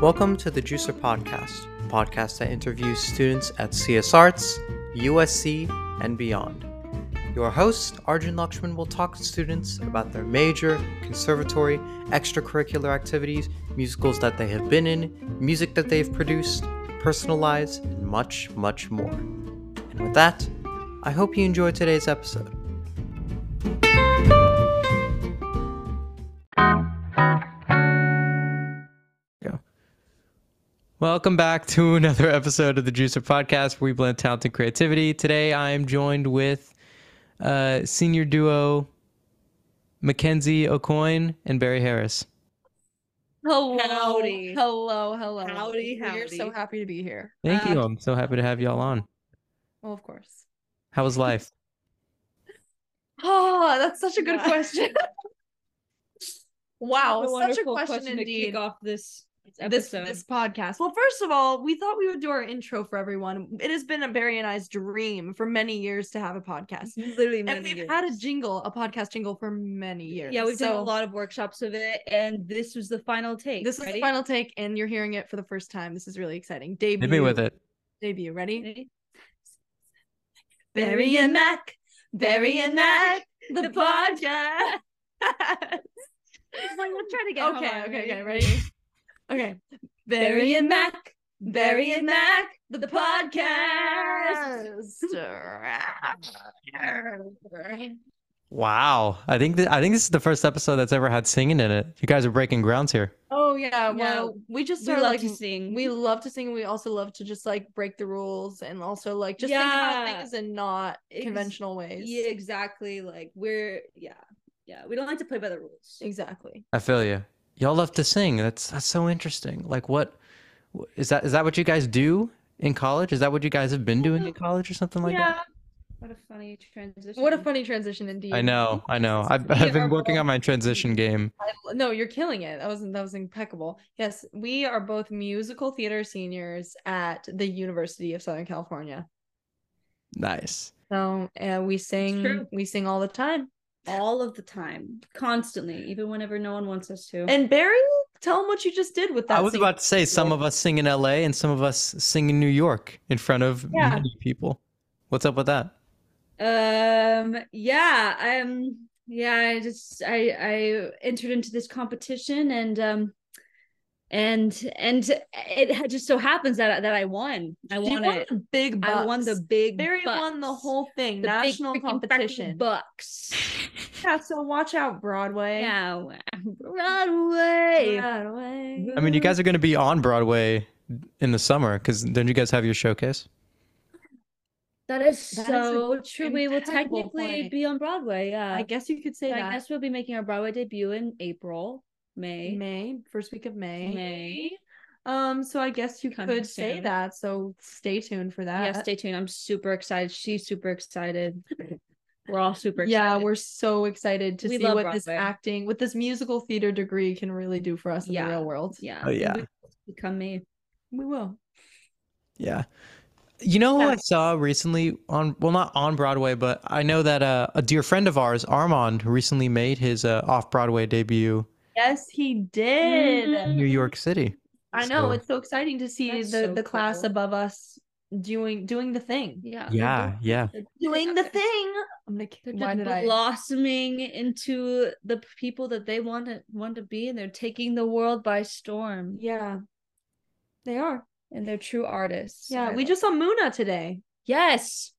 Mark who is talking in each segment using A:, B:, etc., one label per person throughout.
A: Welcome to the Juicer Podcast, a podcast that interviews students at CS Arts, USC, and beyond. Your host, Arjun Lakshman, will talk to students about their major, conservatory, extracurricular activities, musicals that they have been in, music that they've produced, personal lives, and much, much more. And with that, I hope you enjoyed today's episode. Welcome back to another episode of the Juicer Podcast, where we blend talent and creativity. Today, I am joined with uh, senior duo Mackenzie O'Coin and Barry Harris.
B: Hello.
C: Howdy.
B: Hello, hello.
C: Howdy,
B: We're so
C: howdy.
B: happy to be here.
A: Thank
C: Uh,
A: you. I'm so happy to have y'all on.
B: Well, of course.
A: How was life?
B: Oh, that's such a good
C: Wow.
B: question. wow,
C: What
B: such a
C: wonderful
B: question,
C: to kick
B: indeed.
C: off this
B: This
C: episode.
B: this podcast. Well, first of all, we thought we would do our intro for everyone. It has been a Barry and I's dream for many years to have a podcast.
C: literally
B: And we've had a jingle, a podcast jingle for many years.
C: yeah, we've done a
B: So
C: lot of workshops of it, and this was the final take.
B: This is the
C: Ready?
B: final take, and you're hearing it for the first time. This is really exciting. Debut.
A: Hit me with it.
B: Debut. Ready?
C: Ready?
B: Barry and Mac, Barry and Mac, the podcast.
C: Come on, let's try it again. Hold
B: okay,
C: on,
B: okay, okay, ready? Okay.
C: Barry and Mac, Barry and Mac,
B: the podcast.
A: Wow. I think that I think this is the first episode that's ever had singing in it. You guys are breaking grounds here.
B: oh yeah,
C: No,
B: well, we just
C: We
B: started
C: love
B: like
C: to sing.
B: we love to sing and we also love to just like break the rules and also like just think
C: Yeah.
B: about things in not
C: Ex-
B: conventional ways.
C: yeah, exactly. Like we're yeah, yeah. We don't like to play by the rules.
B: Exactly.
A: I feel you. Y'all love to sing. That's that's so interesting. Like what wh- is that is that what you guys do in college? Is that what you guys have been doing in college or something like that?
C: What a funny transition.
B: What a funny transition indeed.
A: I know, I know. I've,
C: We
A: I've
C: are
A: been working on my transition game.
B: I- no you're killing it that was that was impeccable yes we are both musical theater seniors at the university of southern california
A: Nice.
B: so and we sing
C: true.
B: we sing all the time
C: all of the time, constantly, even whenever no one wants us to.
B: and barry tell them what you just did with that
A: I was
B: sing-
A: about to say some of us sing in LA and some of us sing in New York in front of
B: Yeah.
A: many people. What's up with that?
C: um yeah um yeah i just i i entered into this competition and um and and it had just so happens that that i won i
B: you
C: won
B: won
C: it
B: the big bucks.
C: i won the big
B: barry won the
C: bucks.
B: whole thing
C: The big
B: national
C: freaking fucking
B: competition
C: bucks
B: yeah so watch out broadway
C: yeah broadway
B: Broadway.
A: I mean, you guys are going to be on Broadway in the summer because don't you guys have your showcase?
C: that is
B: That is a
C: so true we will
B: impeccable
C: technically
B: point.
C: be on broadway yeah
B: i guess you could say
C: So I
B: that
C: guess we'll be making our broadway debut in april may
B: may first week of
C: may.
B: Um, so I guess you
C: Coming
B: could say
C: soon.
B: that. So stay tuned for that.
C: yeah stay tuned i'm super excited she's super excited we're all super excited.
B: Yeah, we're so excited to
C: We
B: see
C: love
B: what this
C: Broadway.
B: acting, what this musical theater degree can really do for us in
C: Yeah.
B: the real world.
C: yeah
A: Oh, yeah.
C: we- become me
B: We will.
A: Yeah. You know who I
B: Yeah.
A: saw recently on, well, not on Broadway, but I know that uh, a dear friend of ours, Armand, recently made his uh, off Broadway debut
B: Yes, he did.
C: did.
A: in New
B: Mm-hmm.
A: York City.
B: I know
A: So-
B: it's so exciting to see the
C: That's so
B: the class
C: cool.
B: above us doing doing the thing.
C: yeah we're
B: Mm-hmm.
A: Yeah, yeah.
C: doing-
B: Doing the thing. I'm gonna.
C: they're
B: Kick,
C: just
B: why did I?
C: blossoming into the people that they want to want to be and they're taking the world by storm
B: Yeah, they are.
C: and they're true artists
B: Yeah,
C: I
B: we
C: love-
B: just saw Muna today,
C: yes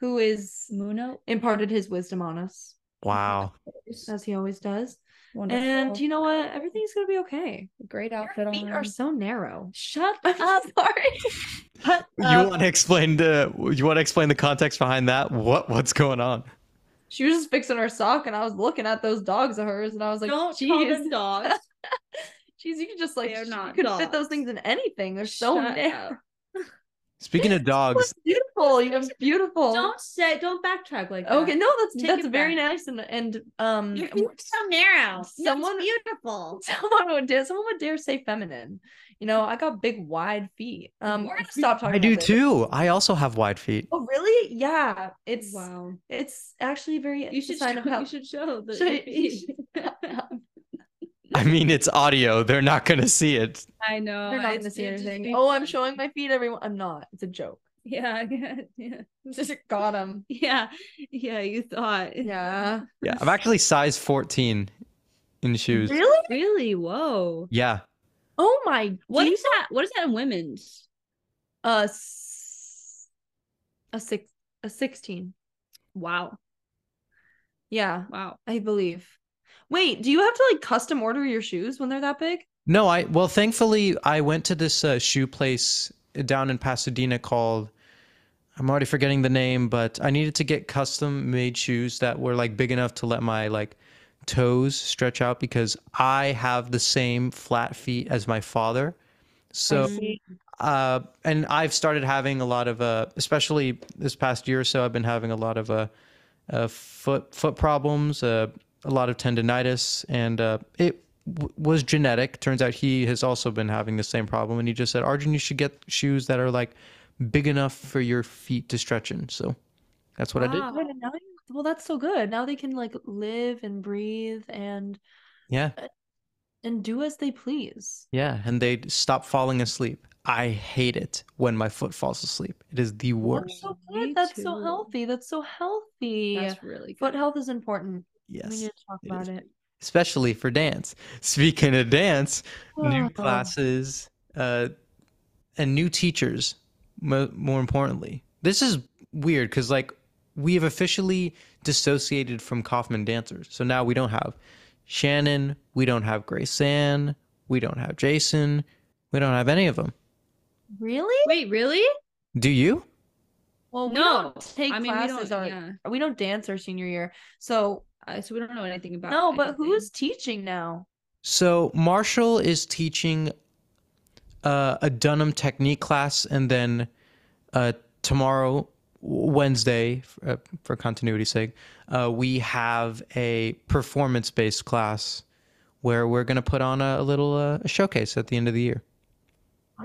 B: who is
C: Muno
B: imparted his wisdom on us
A: Wow.
B: as he always does.
C: wonderful
B: And you know what? Everything's gonna be okay.
C: great outfit
B: Your feet
C: on
B: are so narrow.
C: shut up Ari.
B: But
A: you want to explain the you want to explain the context behind that? What what's going on?
B: she was just fixing her sock, and I was looking at those dogs of hers, and I was like,
C: don't
B: "Jeez,
C: call them dogs
B: jeez, you could just like
C: They're
B: sh-
C: not
B: you could fit
C: dogs.
B: those things in anything. They're so
C: Shut
B: narrow.
C: up.
A: Speaking of dogs,
B: It's beautiful. You know, it's beautiful.
C: don't say don't backtrack like that.
B: okay, no, that's
C: Take
B: that's
C: it
B: very
C: back.
B: nice and and um.
C: Your feet are so narrow.
B: Someone-
C: Someone beautiful.
B: Someone would dare. Someone would dare say feminine. You know, I got big, wide feet. Um, we're gonna stop talking.
A: I do
B: about this.
A: too. I also have wide feet.
B: Oh, really? Yeah. It's
C: Wow.
B: it's actually very.
C: You should
B: sign
C: show,
B: of health.
C: you should show the
B: Should I-
C: you should-
A: I mean, it's audio. They're not going to see it.
C: I know.
B: They're not
C: it's-
B: gonna see
C: it'd just
B: anything.
C: be-
B: Oh, I'm showing my feet, everyone. I'm not. It's a joke.
C: Yeah, yeah, yeah,
B: Just got him.
C: yeah, yeah. You thought.
B: Yeah.
A: Yeah, I'm actually size 14 in shoes.
B: Really?
C: Really? Whoa.
A: Yeah,
B: Oh my.
C: What
B: dear-
C: is that? What is that in women's?
B: a s- a six a sixteen?
C: Wow.
B: Yeah,
C: Wow.
B: I believe. Wait, do you have to like custom order your shoes when they're that big?
A: No, I well, thankfully I went to this uh, shoe place down in Pasadena called I'm already forgetting the name, but I needed to get custom made shoes that were like big enough to let my like toes stretch out because I have the same flat feet as my father. So,
B: Mm-hmm.
A: uh, and I've started having a lot of uh, especially this past year or so, I've been having a lot of uh, uh foot foot problems, uh, a lot of tendonitis, and uh, it w- was genetic. Turns out he has also been having the same problem, and he just said, "Arjun, you should get shoes that are like big enough for your feet to stretch in." So that's what I did.
C: Wow.
B: Wait, and now you- well, that's so good. Now they can like live and breathe and
A: Yeah,
B: and do as they please.
A: yeah, and they stop falling asleep. I hate it when my foot falls asleep. It is the
B: That's
A: worst.
B: so
C: Me
B: good. That's so
C: too.
B: healthy. That's so healthy.
C: That's really good.
B: Foot health is important. We
A: Yes,
B: need to talk
A: it
B: about
A: is.
B: it.
A: especially for dance. Speaking of dance, new
B: Oh.
A: classes uh, and new teachers mo- more importantly this is weird because like we have officially dissociated from kaufman dancers so now we don't have shannon we don't have grace ann we don't have jason we don't have any of them
B: Really?
C: Wait, really?
A: do you
B: Well, we
C: No.
B: don't take
C: I mean, we
B: classes
C: don't.
B: our
C: Yeah.
B: we don't dance our senior year. So
C: Uh, so we don't know anything about.
B: no, but
C: anything.
B: who's teaching now?
A: so marshall is teaching uh, a dunham technique class and then uh, tomorrow wednesday f- uh, for continuity's sake uh, we have a performance-based class where we're going to put on a, a little uh, showcase at the end of the year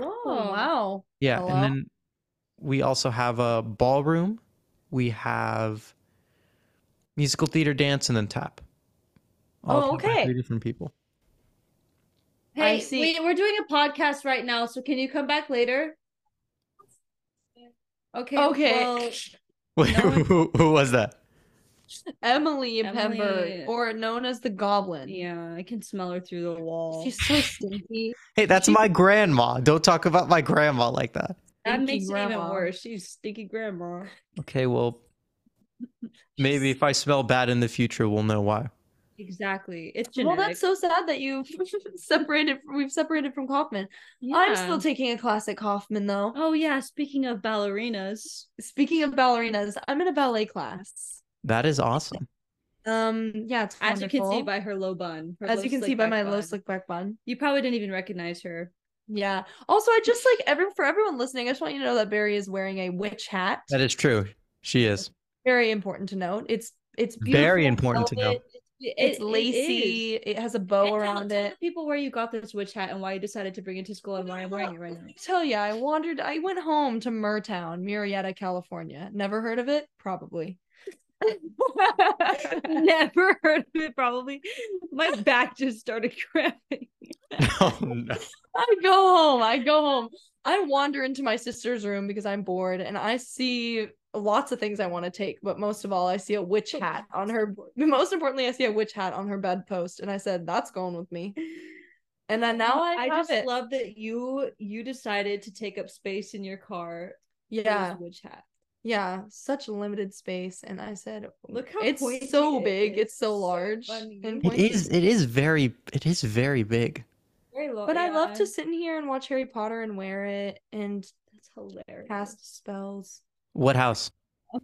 B: Oh
C: Whoa.
B: wow.
A: yeah
B: Hello?
A: and then we also have a ballroom we have musical theater dance and then tap All
B: Oh,
A: taught by
B: okay.
A: three different people
B: I
C: Hey,
B: see.
C: We, we're doing a podcast right now, so can you come back later? Okay.
B: Okay.
C: well,
A: Wait,
C: No one-
A: who, who was that
B: Emily, Pemberg,
C: Emily.
B: or known as the Goblin.
C: yeah, I can smell her through the wall.
B: She's so stinky.
A: Hey, that's my grandma. Don't talk about my grandma like that.
C: that
B: stinky
C: makes it even
B: grandma.
C: worse. She's stinky grandma.
A: Okay, well, maybe if I smell bad in the future, we'll know why.
C: Exactly. It's
B: Well,
C: genetic.
B: that's so sad that you separated. We've separated from Kaufman. I'm
C: Yeah.
B: still taking a class at Kaufman though.
C: Oh yeah, speaking of ballerinas,
B: Speaking of ballerinas, I'm in a ballet class.
A: That is awesome.
B: Um, yeah, it's
C: as you can see
B: wonderful.
C: by her low bun, her
B: as
C: low
B: you can see
C: slick
B: by
C: back
B: my low
C: bun,
B: slick back bun.
C: you probably didn't even recognize her.
B: Yeah. Also, I just like every for everyone listening, I just want you to know that Barry is wearing a witch hat.
A: That is true. She is.
B: Very important to note. It's it's beautiful.
A: Very important to know.
B: velvet,
C: It-
B: It's
C: it- it is.
B: lacy. It, has a bow
C: And tell-
B: around
C: tell
B: it.
C: the people where you got this witch hat and why you decided to bring it to school and why I'm wearing it right now.
B: I tell you, I wandered. I went home to Murtown, Murrieta, California. Never heard of it? Probably.
C: Never heard of it, probably. My back just started cramping.
A: Oh, no.
B: I go home. I go home. I wander into my sister's room because I'm bored and I see lots of things I want to take, but most of all, I see a witch hat on her. Most importantly, I see a witch hat on her bedpost, and I said, "That's going with me." And then now I,
C: I
B: have
C: just
B: it.
C: love that you you decided to take up space in your car. for this
B: yeah,
C: witch hat.
B: yeah, such limited space, and I said,
C: Look how
B: it's
C: pointy
B: so
C: it
B: big,
C: is.
B: it's so
C: So
B: large."
C: funny.
B: and
A: It
B: pointy.
A: is. It is very. It is very big.
C: Very low.
B: But I love
C: Oh, yeah,
B: to sit in here and watch Harry Potter and wear it and
C: That's hilarious.
B: cast spells.
A: What house?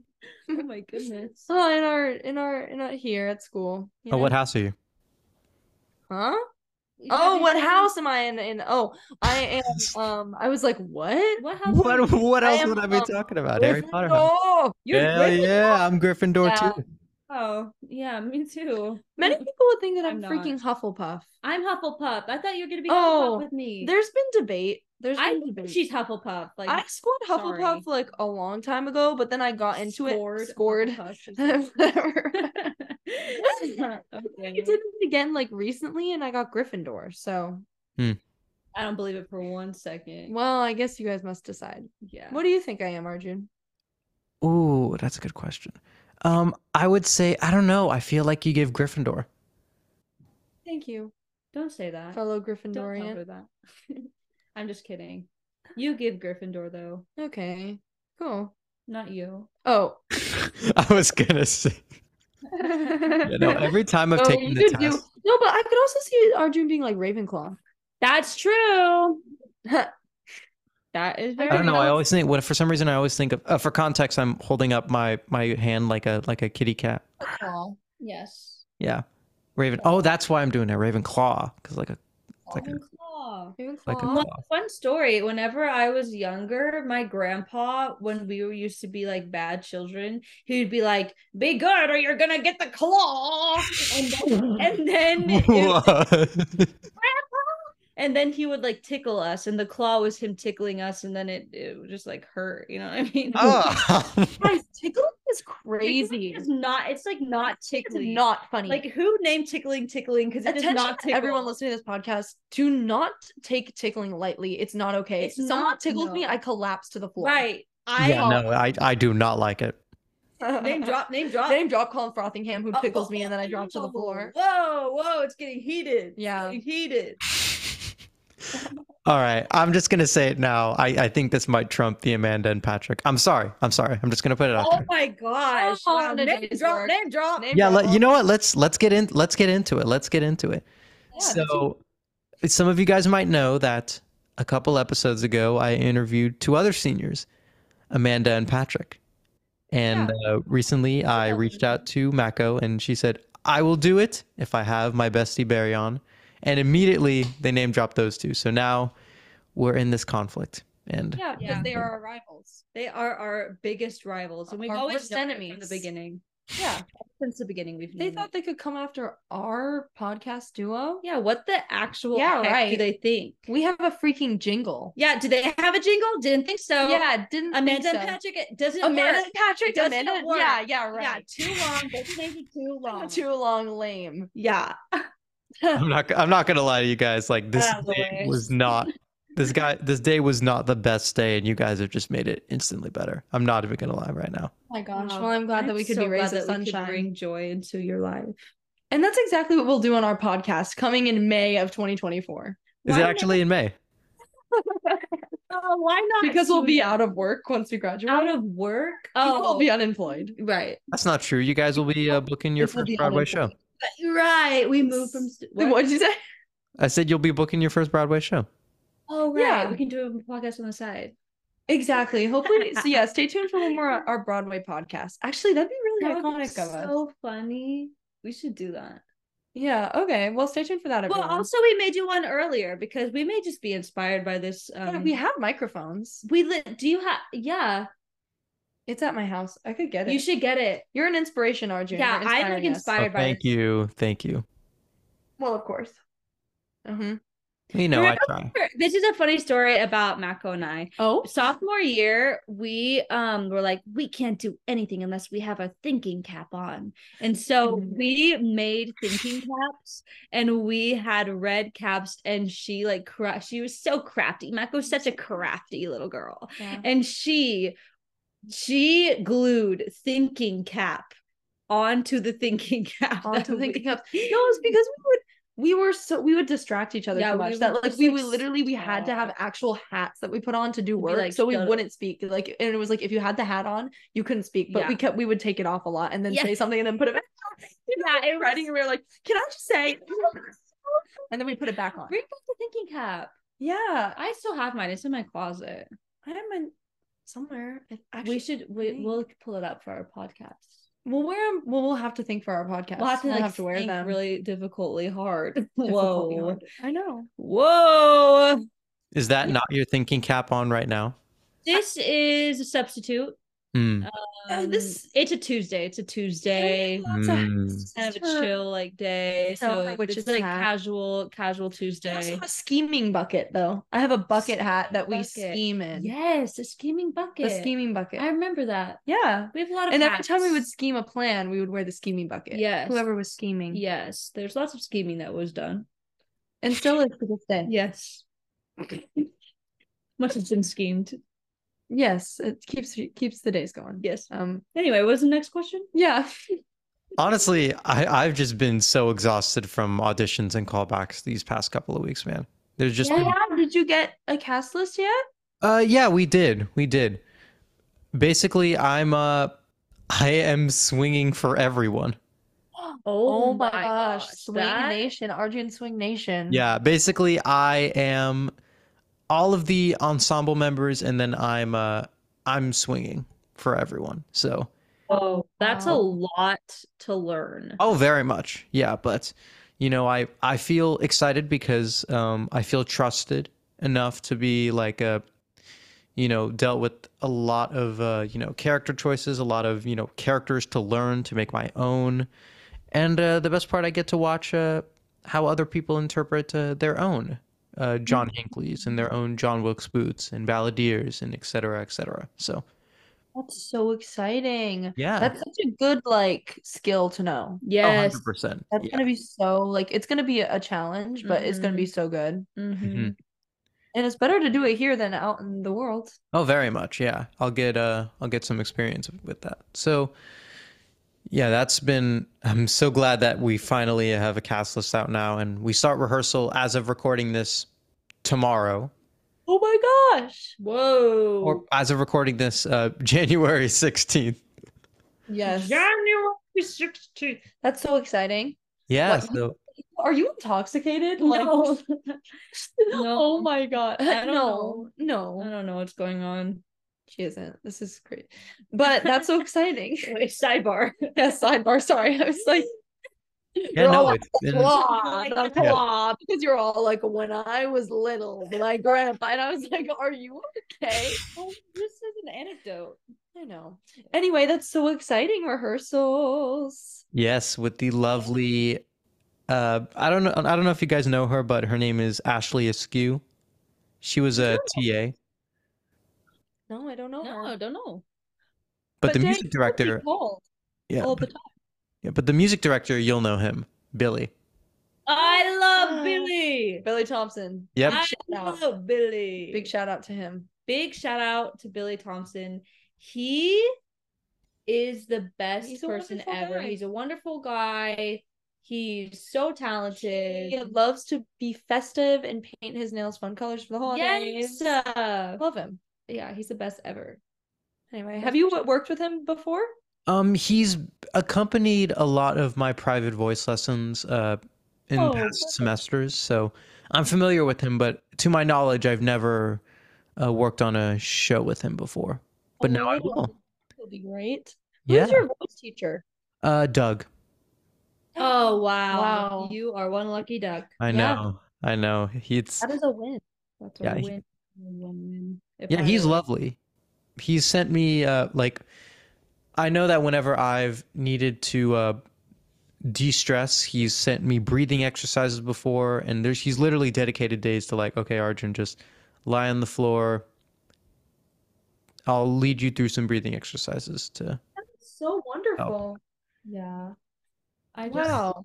C: Oh my goodness.
B: Oh, in our in our in our here at school. you
A: Oh, what
B: know?
A: house are you?
B: Huh?
C: You
B: Oh,
C: haven't
B: what
C: taken-
B: house am I in? In oh, I am. Um, I was like, what?
C: What house? are you
A: What?
C: in?
A: What
B: I
A: else
B: am,
A: would I be
B: um,
A: talking about? Harry Potter house.
B: Gryffindor!
C: You're
A: Hell
C: Gryffindor?
A: yeah, I'm Gryffindor
B: Yeah.
A: too.
C: Oh, yeah, me too.
B: Many people would think that I'm,
C: I'm not.
B: freaking Hufflepuff.
C: I'm Hufflepuff. I thought you were gonna be Hufflepuff
B: Oh,
C: with me.
B: There's been debate. There's
C: I
B: been debate.
C: she's Hufflepuff. Like
B: I scored Hufflepuff
C: sorry.
B: like a long time ago, but then I got into it. Scored.
C: Hufflepuff, she's
B: Whatever.
C: Hufflepuff.
B: I did it again like recently, and I got Gryffindor. So,
C: I don't believe it for one second.
B: well, I guess you guys must decide.
C: Yeah.
B: What do you think I am, Arjun?
A: Ooh, that's a good question. Um, I would say I don't know. I feel like you gave Gryffindor.
B: Thank you,
C: Don't say that.
B: fellow
C: Don't tell her
B: Gryffindorian.
C: that. I'm just kidding. You give Gryffindor though,
B: Okay, cool.
C: not you.
B: Oh,
A: I was gonna say. You know, every time I've
B: Oh,
A: taken
B: you
A: the
B: could
A: test,
B: do- no, but I could also see Arjun being like Ravenclaw.
C: That's true. That is very
A: I don't know. I always think. What for some reason I always think of. Uh, for context, I'm holding up my my hand like a like a kitty cat.
C: Yes.
A: Yeah, Raven. Oh, that's why I'm doing it. Ravenclaw, because like a like a
C: Ravenclaw.
A: like a
B: Ravenclaw.
A: claw.
C: Well, fun story. Whenever I was younger, my grandpa, when we were used to be like bad children, he would be like, "Be good, or you're gonna get the claw." And then, and then, it- and then he would like tickle us, and the claw was him tickling us, and then it it would just like hurt. You know what I mean?
A: oh.
B: Guys, tickling is
C: Tickling
B: crazy.
C: is not. It's like not
B: It's
C: tickling.
B: not funny.
C: like who named tickling tickling because it is
B: Attention
C: not
B: to
C: tickle.
B: everyone listening to this podcast, do not take tickling lightly. It's not okay.
C: It's
B: If Someone
C: not,
B: tickles me,
C: no.
B: I collapse to the floor.
C: Right. I
A: yeah, no, I I do not like it.
C: name drop. uh, Name drop.
B: Name drop Colin Frothingham who
C: Oh,
B: tickles
C: oh,
B: me and then I
C: oh,
B: drop to the
C: oh,
B: floor.
C: Whoa, whoa, it's getting heated. It's
B: Yeah.
C: getting heated.
A: All right, I'm just gonna say it now. I I think this might trump the Amanda and Patrick. I'm sorry. I'm sorry. I'm just gonna put it out
C: Oh
A: there.
C: my gosh.
B: Oh,
C: wow,
B: the
C: Name
B: day's
C: drop,
B: work.
C: name drop.
B: Name
A: Yeah,
B: drop.
A: let, you know what? Let's let's get in. Let's get into it. Let's get into it.
B: Yeah, that's-
A: so some of you guys might know that a couple episodes ago i interviewed two other seniors amanda and patrick and uh, recently i reached out to mako and she said i will do it if i have my bestie barry on and immediately they name dropped those two so now we're in this conflict and
B: yeah, because
C: Yeah.
B: they are our rivals.
C: They are our biggest rivals, and we've
B: Our
C: always
B: worst
C: known it from the
B: enemies.
C: beginning.
B: Yeah.
C: Since the beginning, we've
B: They
C: known
B: thought
C: it.
B: they could come after our podcast duo.
C: Yeah, what the actual
B: Yeah,
C: heck do
B: right.
C: they think?
B: We have a freaking jingle.
C: Yeah, do they have a jingle? Didn't think so.
B: yeah, didn't
C: Amanda
B: think so.
C: and Patrick, it doesn't
B: Amanda
C: work.
B: and Patrick.
C: doesn't
B: Amanda.
C: work.
B: Yeah, yeah, right.
C: Yeah, too long. Designated too long.
B: Too long, lame.
C: yeah.
A: i'm not i'm not gonna lie to you guys like this
C: That's the
A: day
C: worst.
A: was not this guy this day was not the best day and you guys have just made it instantly better i'm not even gonna lie right now
B: Oh my gosh.
C: Wow.
B: Well, I'm glad that we could
C: so
B: be rays
C: glad
B: of
C: that we could
B: sunshine.
C: bring joy into your life.
B: And that's exactly what we'll do on our podcast coming in May of 2024.
A: is
C: Why
A: it
C: not?
A: actually in may
C: Oh, why not?
B: Because we'll be
C: sooner?
B: out of work once we graduate.
C: out of work.
B: oh, we'll be unemployed.
C: right,
A: That's not true. You guys will be uh, booking your
B: This will
A: first
B: be
A: Broadway show.
B: unemployed.
C: right. We moved from. st-
B: What? What'd you say?
A: I said you'll be booking your first Broadway show.
C: Oh, right.
B: Yeah.
C: We can do a podcast on the side.
B: Exactly. Hopefully, so yeah, stay tuned for one more uh, our Broadway podcast. Actually, that'd be really
C: That would be
B: iconic of us.
C: So funny. We should do that.
B: Yeah. Okay. Well, stay tuned for that.
C: Well,
B: Everyone.
C: also we made you one earlier because we may just be inspired by this. Um,
B: Yeah, we have microphones.
C: we lit. Do you have? Yeah,
B: It's at my house. I could get it.
C: you should get it.
B: You're an inspiration, Arjun.
C: Yeah,
B: You're
C: I'm like
B: inspiring us.
A: Oh,
C: inspired by.
A: thank
C: this.
A: you, thank you.
B: Well, of course.
C: Mm-hmm.
B: Uh-huh.
A: You know I try.
C: This is a funny story about Mako and I.
B: Oh,
C: sophomore year we um were like we can't do anything unless we have our thinking cap on and so
B: Mhm.
C: we made thinking caps and we had red caps and she like cra- she was so crafty mako's such a crafty little girl
B: yeah.
C: and she she glued thinking cap onto the thinking cap
B: onto
C: that
B: thinking
C: we-
B: of no it's because we would we were so we would distract each other so
C: Yeah, we
B: much
C: would
B: that like
C: just,
B: we
C: like,
B: would literally we had to
C: stop.
B: have actual hats that we put on to do
C: We'd be
B: work
C: like,
B: so we
C: "Shut up."
B: wouldn't speak like and it was like if you had the hat on you couldn't speak but we
C: Yeah.
B: kept we would take it off a lot and then
C: Yeah.
B: say something and then put it back on. you know,
C: Yeah, it was-
B: writing and we were like can I just say and then we put it back on
C: bring back the thinking cap
B: yeah
C: i still have mine it's in my closet
B: I am in somewhere It
C: we
B: actually-
C: should we,
B: think-
C: we'll pull it up for our podcast
B: we'll wear 'em- well we'll have to think for our podcast
C: We'll have to, like,
B: wear
C: think
B: them
C: really difficultly hard.
B: Difficulty
C: Whoa.
B: hard. I know
C: Whoa.
A: Is that not your thinking cap on right now?
C: This is a substitute.
A: Mm.
B: Oh,
C: Um,
B: this-
C: it's a Tuesday. It's a Tuesday.
A: Mm.
C: Kind of a chill like day.
B: So,
C: So,
B: which
C: it's
B: is
C: like
B: hat.
C: casual,
B: I
C: casual
B: also
C: Tuesday.
B: have a scheming bucket though. I have a bucket hat that we
C: Bucket.
B: scheme in.
C: Yes, a scheming bucket.
B: The scheming bucket.
C: I remember that.
B: yeah.
C: We have a lot of
B: And every time we
C: hats.
B: would scheme a plan, we would wear the scheming bucket.
C: Yes.
B: Whoever was scheming.
C: Yes, there's lots of scheming that was done.
B: And still is to this day.
C: Yes. Much has been schemed.
B: Yes. It keeps keeps the days going.
C: Yes.
B: Um
C: Anyway, what's the next question?
B: yeah.
A: Honestly, I, I've just been so exhausted from auditions and callbacks these past couple of weeks, man. There's just been
B: Did you get a cast list yet?
A: Uh, yeah, we did. We did. Basically, I'm uh, I am swinging for everyone.
B: Oh, my gosh. Swing
C: that-
B: Nation, Arjun Swing Nation.
A: Yeah, basically, I am all of the ensemble members, and then I'm uh, I'm swinging for everyone. So,
C: Oh, that's a
B: Wow.
C: lot to learn.
A: oh, very much. Yeah, but you know, I I feel excited because um, I feel trusted enough to be like a you know dealt with a lot of uh, you know character choices a lot of you know characters to learn to make my own and uh, the best part i get to watch uh, how other people interpret uh, their own uh, john hinckley's and their own john wilkes boots and balladeers and et cetera et cetera so
B: That's so exciting.
A: yeah
B: That's such a good like skill to know.
C: Yes.
A: 100%
B: That's
A: oh, yeah.
B: gonna be so like it's gonna be a challenge, but it's gonna be so good.
A: Mm-hmm.
C: Mhm.
B: And it's better to do it here than out in the world.
A: Oh, very much. Yeah, I'll get uh, I'll get some experience with that. So, yeah, that's been. I'm so glad that we finally have a cast list out now, and we start rehearsal as of recording this tomorrow,
C: Oh my gosh. Whoa.
A: or as of recording this uh, January 16th.
B: Yes.
C: January 16th.
B: That's so exciting.
A: Yeah.
B: What?
A: So
B: Are you intoxicated? Like
C: No.
B: Oh my god.
C: I don't
B: no,
C: I
B: no.
C: don't know Uh. what's going on.
B: She isn't. This is great. But that's so exciting.
C: Wait, sidebar.
B: yes, sidebar. Sorry. I was like,
A: yeah,
B: We're
A: no,
B: all like,
A: it's been.
B: blah, blah,
C: Like,
A: Yeah.
B: blah, because you're all like, when I was little, my grandpa, and I was like, are you okay?
C: well, this is an anecdote.
B: I know. Anyway, that's so exciting. Rehearsals.
A: Yes, with the lovely. Uh, I don't know. I don't know if you guys know her, but her name is Ashley Askew. She was a TA,
B: No, I don't know.
C: No, I
B: her.
C: don't know.
A: but the
B: they're
A: music
B: pretty
A: director.
B: cool
A: Yeah,
B: all the time.
A: Yeah, but the music director, you'll know him, Billy.
C: I
B: Ah.
C: love Billy.
B: Billy Thompson.
A: Yep.
C: I
B: out.
C: love Billy.
B: Big shout out to him.
C: big shout out to Billy Thompson. He is the best
B: He's a
C: person
B: wonderful
C: ever.
B: guy.
C: He's a wonderful guy. He's so talented.
B: He loves to be festive and paint his nails fun colors for the holidays.
C: yes. uh,
B: Love him.
C: yeah, he's the best ever.
B: Anyway, have you w- worked with him before?
A: Um, he's accompanied a lot of my private voice lessons uh in
B: Oh,
A: past
B: perfect.
A: semesters, so I'm familiar with him, but to my knowledge, I've never uh, worked on a show with him before. But now I
B: Oh,
A: will.
B: He'll be great.
A: Yeah.
B: Who's your voice teacher?
A: Uh Doug.
C: Oh wow.
B: Wow.
C: You are one lucky duck.
A: I
B: Yeah.
A: know. I know. He's
B: That is a win.
C: That's
A: Yeah,
C: a
A: he-
C: win. win. If
A: Yeah,
C: I
A: he's
C: were-
A: lovely. He's sent me uh like I know that whenever I've needed to uh de-stress, he's sent me breathing exercises before and there's he's literally dedicated days to like, okay, Arjun, just lie on the floor. I'll lead you through some breathing exercises to
B: That's so wonderful.
C: Yeah. I just
B: Wow.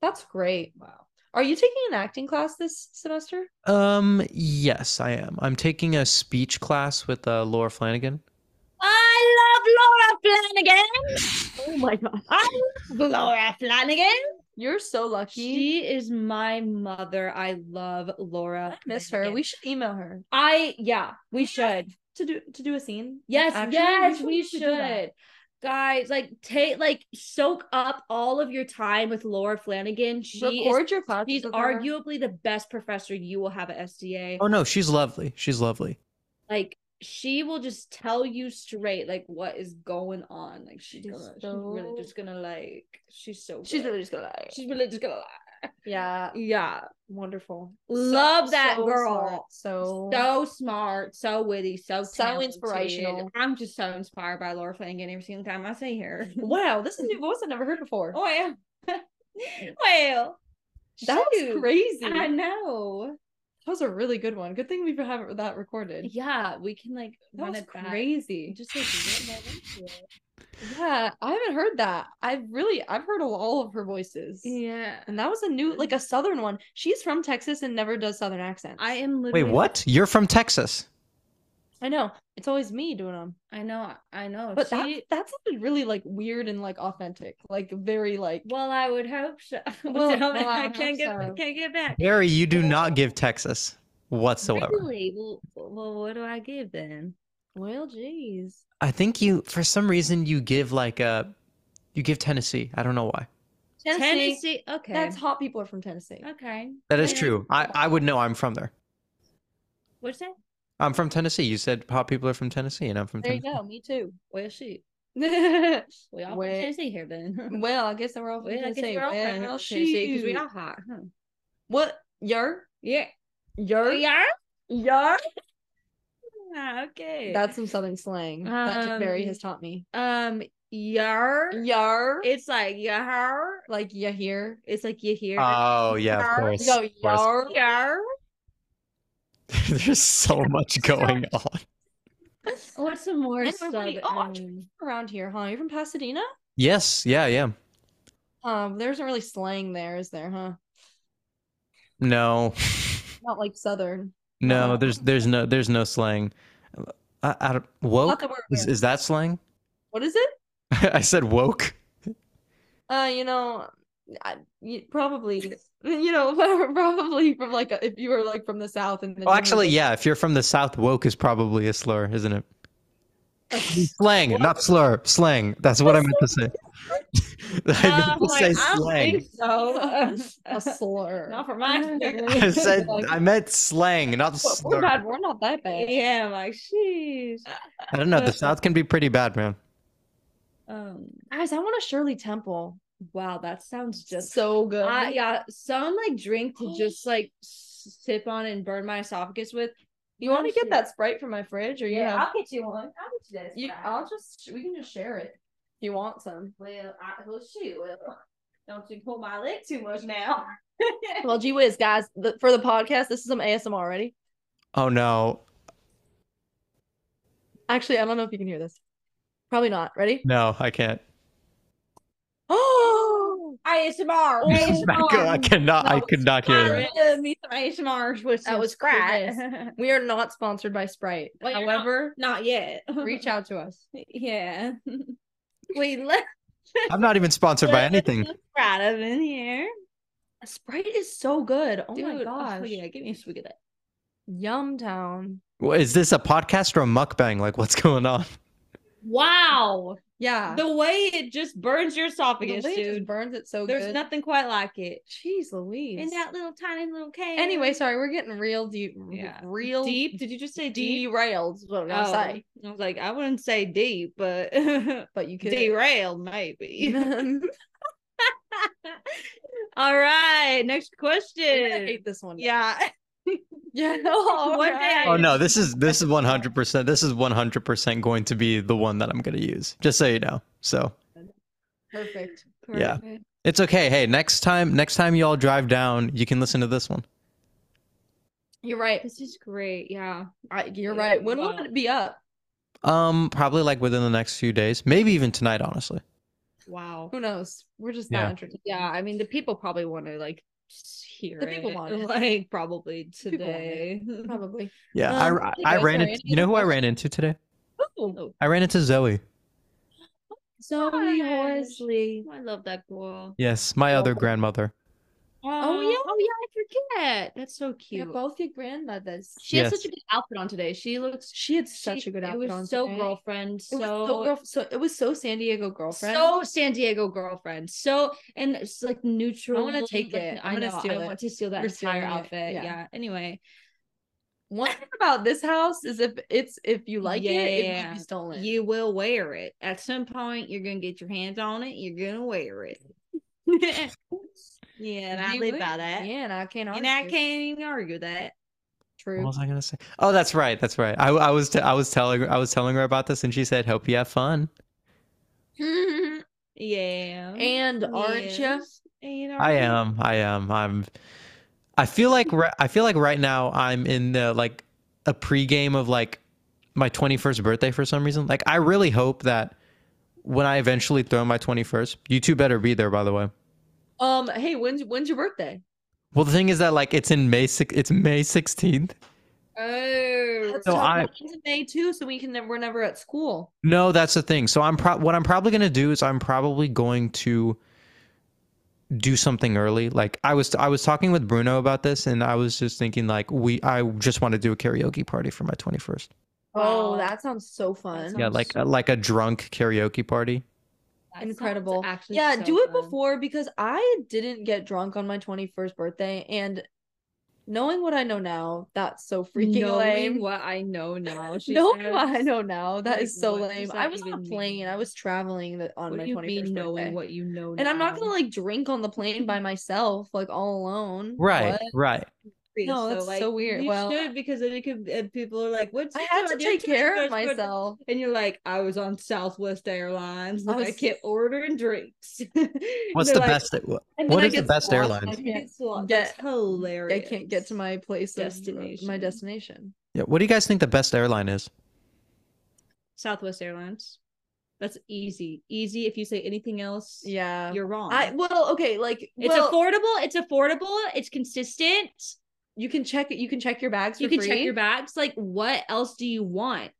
B: That's great.
C: wow.
B: Are you taking an acting class this semester?
A: um yes, I am. I'm taking a speech class with uh, Laura Flanagan.
C: I love Laura Flanagan.
B: Oh my god.
C: I love Laura Flanagan.
B: You're so lucky.
C: She is my mother. I love Laura.
B: I miss her.
C: Flanagan.
B: We should email her
C: I yeah, we should.
B: to do to do a scene.
C: Yes,
B: Actually,
C: yes, we
B: should do that.
C: should. Guys, like take like soak up all of your time with Laura Flanagan. She
B: Record
C: is
B: your classes.
C: she's
B: with her.
C: arguably the best professor you will have at SDA.
A: Oh no, she's lovely. She's lovely.
C: Like she will just tell you straight like what is going on. Like she
B: She's
C: gonna, she's really
B: so-
C: just gonna like she's so
B: She's
C: good.
B: really just gonna lie.
C: she's really just gonna lie.
B: yeah,
C: yeah.
B: wonderful.
C: Love that girl.
B: smart, So,
C: So smart, so witty, so
B: So
C: talented.
B: inspirational.
C: I'm just so inspired by Laura Flanagan every single time I see her.
B: wow, this is a new voice I've never heard before.
C: Oh yeah. well,
B: that was
C: shoot.
B: crazy.
C: I know.
B: That was a really good one. Good thing we have that recorded.
C: Yeah, we can like
B: That
C: run
B: was
C: it back.
B: crazy.
C: Just like run that into it.
B: Yeah, I haven't heard that. I've really I've heard all of her voices.
C: Yeah.
B: And that was a new like a southern one. She's from Texas and never does southern accents.
C: I am
A: Wait,
C: literally
A: what? You're from Texas.
B: I know. It's always me doing them.
C: I know, I know.
B: But that
C: she-
B: that sounded really like weird and like authentic. Like very like
C: well, I would hope so.
B: Well, well, I
C: I
B: hope
C: can't get
B: so.
C: I can't get back.
A: Gary, you do not give Texas whatsoever.
C: Really? Well, well, what do I give then?
B: well geez.
A: I think you, for some reason, you give like a, you give Tennessee. I don't know why.
B: Tennessee.
C: Tennessee. Okay.
B: That's hot people are from Tennessee.
C: okay.
A: That is
C: Yeah.
A: true. I, I would know I'm from there.
C: What's that?
A: I'm from Tennessee. You said hot people are from Tennessee, and I'm from
B: There you
A: Tennessee.
B: go, me too.
C: Well, shoot.
B: well,
C: We all from
B: Wait.
C: Tennessee here then.
B: I guess we're all from
C: Well, I guess
B: Tennessee.
C: we're all from
B: Well,
C: Tennessee because we
B: shoot.
C: all hot, huh?
B: What? Yer?
C: Yeah.
B: Yer?
C: We are.
B: Yer?
C: Ah, Okay.
B: That's some southern slang that Jim Barry has
C: Um,
B: taught me.
C: um yar.
B: Yar,
C: It's like yar.
B: like you hear.
C: It's like you hear.
A: Oh yeah, of course.
B: Yo,
A: of course.
B: yar.
C: yar.
A: There's so much going on.
C: What's some more
B: And we're
C: sub?
B: pretty- oh, I'm Around here, huh? You're from Pasadena?
A: Yes, yeah, yeah.
B: Um, there isn't really slang there, is there, huh?
A: No,
B: Not like southern.
A: no. There's there's no there's no slang. I, I don't
B: Not
A: woke.
B: that we're
A: Oh, Is,
B: aware.
A: is that slang?
B: What is it?
A: I said woke.
B: Uh, you know, I, you, probably, you know, probably from like a, if you were like from the south and then
A: Well,
B: you were
A: actually,
B: like-
A: yeah. If you're from the South, woke is probably a slur, isn't it? slang, not slur. Slang. That's what I meant to say.
C: Uh,
A: I meant to say slang.
C: so.
B: a slur.
C: Not for my.
A: I said
B: like-
A: I meant slang, not
B: But we're
A: slur.
B: bad. We're not that bad.
C: yeah, I'm like sheesh.
A: I don't know. The South can be pretty bad, man.
C: Um,
B: Guys, I want a Shirley Temple.
C: wow, that sounds just.
B: so good.
C: I, yeah, some like drink to just like sip on and burn my esophagus with.
B: you want to get that Sprite from my fridge, or you have
C: I'll get you one. I'll get you this.
B: You, I'll just we can just share it. You want some?
C: Well, I, well, shoot. Well, don't you pull my leg too much now.
B: Well, gee whiz, guys, the, for the podcast, this is some ASMR already.
A: Oh no,
B: Actually, I don't know if you can hear this. Probably not. Ready?
A: no, I can't.
B: Oh,
C: ASMR.
A: I, could, I cannot. I could not hear that.
C: Me some ASMR with
B: That
C: some
B: was
C: Sprite.
B: we are not sponsored by Sprite.
C: Well, you're not.
B: However,
C: Not yet.
B: reach out to us.
C: Yeah. we left
A: I'm not even sponsored by anything.
C: right up in here.
B: Sprite is so good. Oh my
C: Dude,
B: gosh,
C: Oh, yeah, give me a swig of that.
B: Yum Town.
A: Wha- Is this a podcast or a mukbang? Like, what's going on?
C: Wow.
B: Yeah,
C: The way it just burns your
B: the
C: esophagus,
B: way it just
C: dude.
B: burns it so
C: There's
B: good.
C: nothing quite like it.
B: Jeez Louise.
C: In that little tiny little cave.
B: anyway, sorry, we're getting real deep.
C: Yeah.
B: Real
C: deep. Did you just say deep?
B: derailed. Is what I'm gonna
C: Oh,
B: say.
C: I was like, I wouldn't say deep, but
B: But you could.
C: derailed maybe. All right, next
B: I
C: question.
B: hate this one.
C: Yeah.
B: Yeah.
C: One day I-
A: Oh no, this is this is 100. percent This is 100 percent going to be the one that I'm going to use. Just so you know. So
B: Perfect.
A: Yeah. it's okay. Hey, next time, next time y'all drive down, you can listen to this one.
B: You're right.
C: This is great. Yeah.
B: I, you're right. When will
C: Wow.
B: it be up?
A: Um, probably like within the next few days, maybe even tonight. Honestly,
C: Wow.
B: Who knows? We're just
A: Yeah.
B: not entertained.
C: Yeah, I mean the people probably want to like s- hear
B: The people
C: it,
B: want it.
C: like probably
B: people want
C: today.
B: Probably.
A: yeah.
B: Um,
A: I
B: okay,
A: I, I ran
B: sorry,
A: into
B: any
A: you know
B: other
A: who I ran into today.
B: Oh,
A: I ran into Zoe.
B: Zoe Horsley.
C: Oh, I love that girl.
A: Yes, my other grandmother.
C: Oh
B: yeah?
C: yeah, oh yeah, I forget. That's so
B: You're
C: cute.
B: both your grandmothers.
C: She
A: Yes.
C: has such a good outfit on today. She looks
B: She had such
C: she-
B: a good
C: It
B: outfit
C: was
B: on
C: so
B: today.
C: girlfriend,
B: It
C: so
B: was so, girl- so it was so San Diego girlfriend.
C: so San Diego girlfriend. So and it's like neutral.
B: take
C: like,
B: it.
C: I
B: I'm gonna
C: know,
B: steal
C: I
B: it.
C: want to steal that
B: We're stealing
C: entire
B: it.
C: outfit.
B: Yeah.
C: Yeah. Anyway.
B: One thing about this house is if it's if you like it, it
C: Yeah.
B: will be stolen.
C: You will wear it. At some point, you're gonna get your hands on it. You're gonna wear it.
D: Yeah, and
B: You
D: I live
B: would.
D: by that.
B: Yeah, and I can't
D: And I
B: argue.
D: can't even argue that.
B: True.
A: What was I gonna say? Oh, that's right. That's right. I, I was t- I was telling her I was telling her about this, and she said, "Hope you have fun."
D: yeah.
B: And aren't you?
D: Yes. And
A: I
D: aren't ya?
A: am. I am. I'm. I feel like ri- I feel like right now I'm in the like a pregame of like my 21st birthday for some reason. Like I really hope that when I eventually throw my 21st, you two better be there. By the way.
B: Um, hey, when's when's your birthday?
A: Well, the thing is that like it's in May. Six, it's May 16th.
B: Oh,
A: So I-
B: mine's in May too, so we can never we're never at school.
A: No, that's the thing. So I'm pro- what I'm probably going to do is I'm probably going to do something early. Like I was I was talking with Bruno about this and I was just thinking like we I just want to do a karaoke party for my 21st.
B: Oh,
D: Wow.
B: that sounds so fun.
A: yeah, like a, like a drunk karaoke party.
D: That sounds
B: incredible.
D: actually
B: yeah,
D: so
B: do it
D: fun.
B: before because I didn't get drunk on my 21st birthday and knowing what I know now, that's so freaking
C: Knowing
B: lame.
C: What I know now, she
B: knowing what I
C: says.
B: know now, that
C: Like,
B: is so
C: what does
B: lame.
C: that
B: I was on a
C: even mean?
B: plane. I was traveling the, on
C: What
B: my
C: do you
B: 21st
C: mean knowing
B: birthday.
C: what you know?
B: and I'm not gonna
C: now?
B: like drink on the plane by myself, like all alone.
A: Right,
B: What?
A: right.
D: free,
B: No,
D: so,
B: that's so weird.
D: You
B: Well-
D: should because then it could.
B: uh,
D: And people are like, "What's
B: I
D: your
B: had
D: thought
B: to
D: on your
B: take care
D: 21st
B: of
D: birthday?"
B: myself.
D: And you're like, "I was on Southwest Airlines.
B: I
D: I,
B: was-
D: kept ordering drinks."
A: What's the best what,
B: And
A: what
B: then I
A: is the
B: get
A: best
B: lost.
A: airline?
B: I can't
D: That's
B: get- I
D: hilarious.
B: can't get to my place destination. my
D: Destination.
B: destination.
A: Yeah, what do you guys think the best airline is?
D: Southwest Airlines. That's easy, easy. If you say anything else,
B: Yeah.
D: you're wrong.
B: I well, okay, like
C: It's
B: well,
C: affordable. It's affordable. It's consistent.
B: you can check you can check your bags. For
C: You can
B: free.
C: check your bags. Like, what else do you want?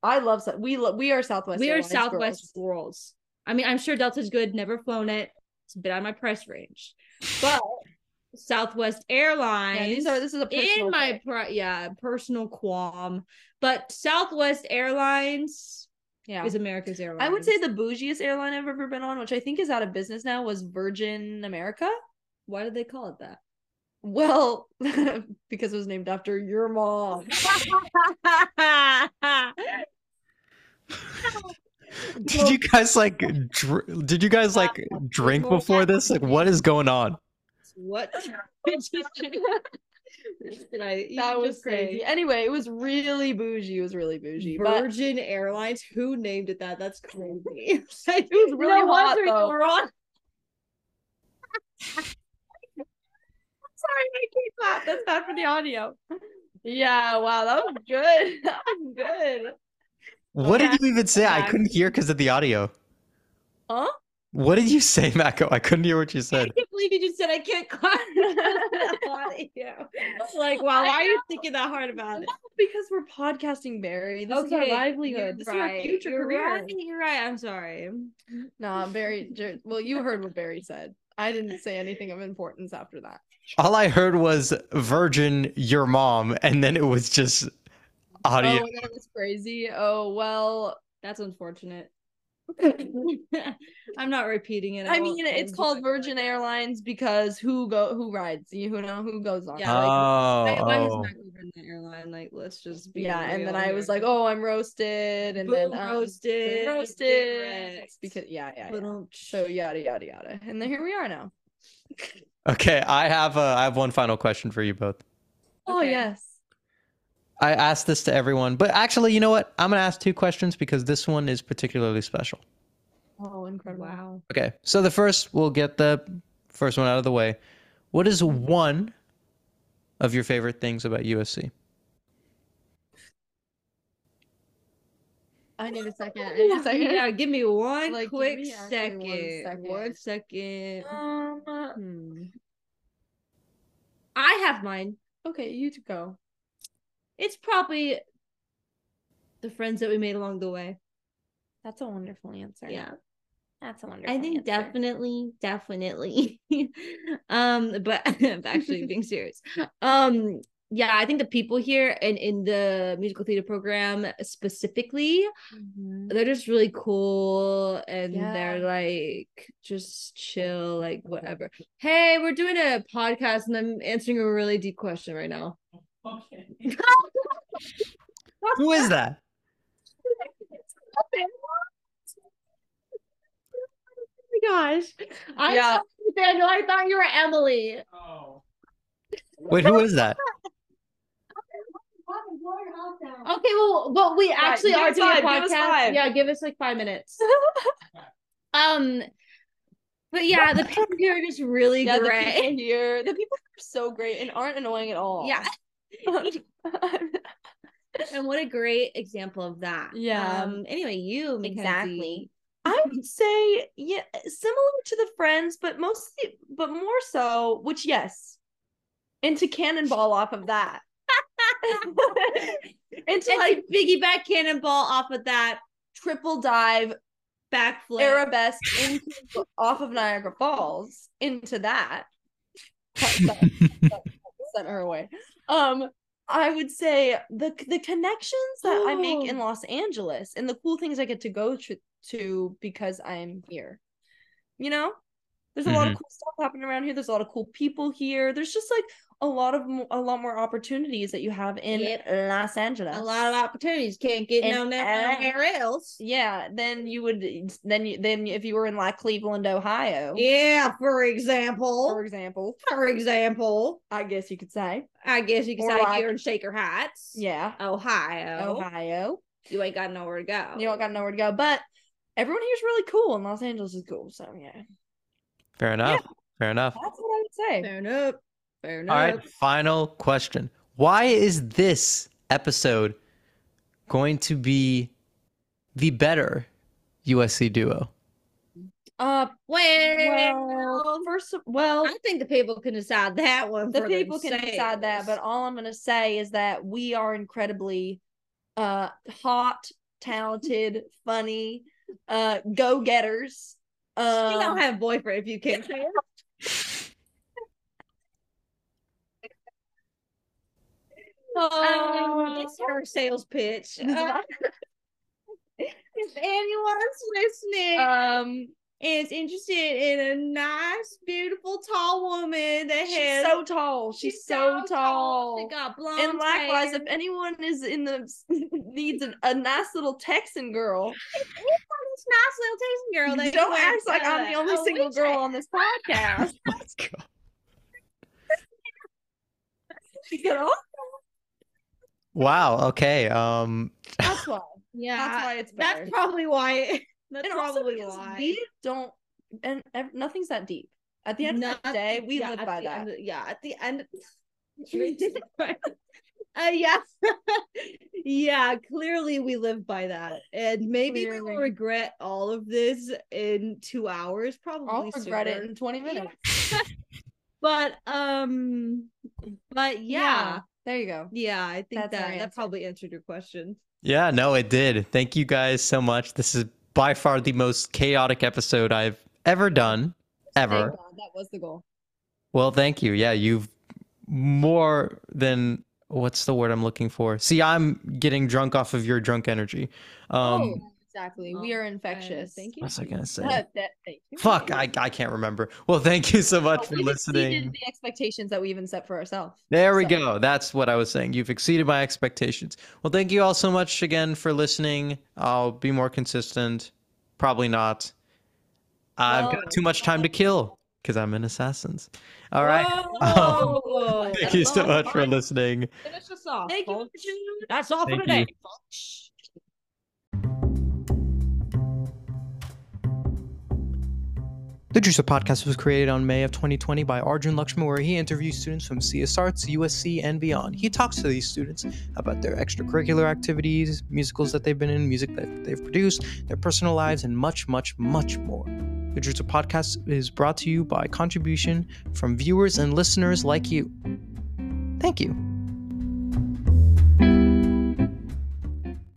B: I love South. We lo- we are Southwest.
C: we are
B: Airlines
C: Southwest Worlds. I mean, I'm sure Delta's good. Never flown it. It's been on my price range, but Southwest
B: girls. Yeah,
C: Airlines.
B: these are this is a personal
C: in my
B: pick.
C: pri- yeah personal qualm, but Southwest Airlines
B: yeah.
C: is America's airline.
B: I would say the bougiest airline I've ever been on, which I think is out of business now, was Virgin America.
C: why did they call it that?
B: Well, because it was named after your mom.
A: Did you guys like dr- did you guys like drink before this? Like what is going on?
D: What? Did I even
B: that was
D: just say
B: crazy. Anyway, it was really bougie. It was really bougie. But
D: Virgin Airlines. Who named it that? That's crazy.
B: it was really hot
C: wonder
B: though.
C: you're on.
B: Sorry, I can't clap. That's bad for the audio. Yeah, wow, that was good. That was good.
A: What did you even say? I
B: Back.
A: couldn't hear because of the audio.
B: Huh?
A: What did you say, Mako? I couldn't hear what you
C: I
A: said.
C: can't believe you just said I can't clap. like, wow, why are you thinking that hard about it?
B: Because we're podcasting, Barry. This is our
C: Okay,
B: livelihood.
C: you're
B: This is our
C: right,
B: future
C: you're
B: career.
C: Right, you're right. I'm sorry.
B: Nah, Barry. Jer- Well, you heard what Barry said. I didn't say anything of importance after that.
A: All I heard was Virgin, your mom, and then it was just audio.
B: Oh, that was crazy. Oh well.
C: That's unfortunate. I'm not repeating it.
B: I
C: won't
B: mean, it's
C: change
B: called
C: it.
B: Virgin Airlines because who go who rides? You who know who goes on?
C: Yeah,
B: it?
A: Oh,
C: Why- why is
A: oh.
C: Mac over in the airline? Like, let's just be
B: yeah. And
C: real
B: then I
C: here.
B: was like, oh, I'm roasted, and then
C: Boom,
B: um,
C: roasted,
B: roasted because yeah, yeah. yeah.
C: Little
B: So yada yada yada, and then here we are now.
A: Okay, I have uh, I have one final question for you both.
B: Oh
C: Okay.
B: yes.
A: I asked this to everyone, but actually, you know what? I'm gonna ask two questions because this one is particularly special.
B: Oh, incredible!
C: wow.
A: Okay, so the first we'll get the first one out of the way. What is one of your favorite things about USC?
B: I need a second. I need
C: Yeah,
B: a second.
C: yeah, give me one
B: Like, give
C: quick
B: me actually one
C: second.
B: second.
C: One second.
B: Um.
C: Hmm. I have mine.
B: Okay, you two go.
C: It's probably the friends that we made along the way.
B: That's a wonderful answer.
C: Yeah.
B: that's a wonderful.
C: I think definitely, definitely. um, but actually being serious. Um, yeah, I think the people here and in the musical theater program specifically,
B: Mm-hmm.
C: they're just really cool and they're
B: Yeah.
C: like just chill, like whatever. Hey, we're doing a podcast and I'm answering a really deep question right now.
A: Who is that?
C: Oh my gosh. I'm
B: Yeah.
C: sorry
E: Daniel. I thought you were Emily.
A: Wait, who is that?
E: Okay, well, but we actually
C: give
E: are
C: us
E: doing a
C: five, give us
E: podcast.
C: five.
E: Yeah, give us like five minutes. um, but yeah, the people here are just really
B: yeah, the
E: gray.
B: people here, the people are so great and aren't annoying at all.
E: Yeah,
C: And what a great example of that.
B: Yeah.
C: Um, anyway, you Mackenzie.
E: exactly.
B: I would say yeah, similar to the friends, but mostly, but more so. Which yes, and to cannonball off of that, and to
C: And
B: like
C: to piggyback cannonball off of that
B: triple dive
C: backflip.
B: arabesque into off of Niagara Falls into that. Sorry. sent her away. Um, I would say the the connections that I
C: Oh.
B: make in Los Angeles and the cool things I get to go to, to because I'm here. You know, there's a lot of cool stuff happening around here. There's a lot of cool people here. There's just like a lot of mo- a lot more opportunities that you have in
C: Yep.
B: Los Angeles.
C: a lot of opportunities can't get
B: In
C: no nowhere else.
B: yeah. Then you would then you then if you were in like Cleveland, Ohio,
C: Yeah, for example.
B: for example,
C: for example,
B: I guess you could say,
C: I guess you can
B: Or
C: say
B: like-
C: here in Shaker Heights,
B: yeah,
C: Ohio.
B: Ohio.
C: You ain't got nowhere to go.
B: You don't got nowhere to go. But everyone here's really cool, and Los Angeles is cool. So yeah,
A: Fair enough. Fair enough.
B: that's what I would say.
C: Fair enough. Fair
A: All
C: enough.
A: right, final question. Why is this episode going to be the better USC duo?
B: Uh,
C: Well,
B: well, first, of, well,
C: I think the people can decide that one.
B: the
C: for
B: people can decide that, but
C: themselves.
B: all I'm gonna say is that we are incredibly, uh, hot, talented, funny, uh, go getters. Um,
C: you don't have a boyfriend if you can't. say it.
B: um,
C: Oh, it's her sales pitch. Uh, if anyone's listening
B: um,
C: is interested in a nice, beautiful, tall woman that
B: she's
C: has
B: so tall. She's, so, tall.
C: She got blonde
B: And likewise,
C: hair.
B: if anyone is in the needs a, a nice little Texan girl,
C: this nice little Texan girl. that
B: don't
C: you
B: act like I'm
C: uh,
B: the only
C: oh,
B: single
C: we
B: girl
C: tried-
B: on this podcast.
A: Let's go.
B: You know?
A: Wow. Okay. Um,
B: That's why.
C: Yeah,
B: That's why it's better.
C: that's probably why. That's
B: and also
C: probably
B: because
C: why.
B: we don't, and ev- nothing's that deep. At the end of the
C: Not-
B: day, we
C: yeah,
B: live
C: at
B: by
C: the
B: that.
C: end- yeah, at the end. uh, yeah, yeah. Clearly, we live by that, and maybe we will
B: Clearly.
C: regret all of this in two hours. Probably
B: I'll regret it
C: sooner.
B: in 20 minutes.
C: But um, but yeah,
B: There you go.
C: yeah. I think
B: That's our
C: that
B: answer.
C: that probably answered your question.
A: yeah, no, it did. Thank you guys so much. This is by far the most chaotic episode I've ever done,
B: Thank
A: ever.
B: God, that was the goal.
A: Well, thank you. Yeah, you've more than what's the word I'm looking for? See, I'm getting drunk off of your drunk energy. Um,
B: oh, exactly. We
C: um,
B: are infectious.
C: Thank you.
A: what was I gonna say?
B: That- that- thank you.
A: Fuck, I, I can't remember. Well, thank you so much
B: Oh,
A: for
B: we've exceeded
A: listening.
B: The expectations that we even set for ourselves.
A: There we
B: so-
A: go. That's what I was saying. You've exceeded my expectations. Well, thank you all so much again for listening. I'll be more consistent. Probably not. I've
B: Whoa.
A: got too much time to kill because I'm in Assassins. All right.
C: Whoa.
A: Thank you so much for listening.
C: Finish us off.
B: Thank you,
C: folks.
B: June.
C: That's all
A: Thank
C: for today.
A: you.
C: folks.
F: The Drusa podcast was created on May of 2020 by Arjun Lakshman, where he interviews students from CS Arts, USC, and beyond. He talks to these students about their extracurricular activities, musicals that they've been in, music that they've produced, their personal lives, and much, much, much more. The Drusa podcast is brought to you by contribution from viewers and listeners like you. Thank you.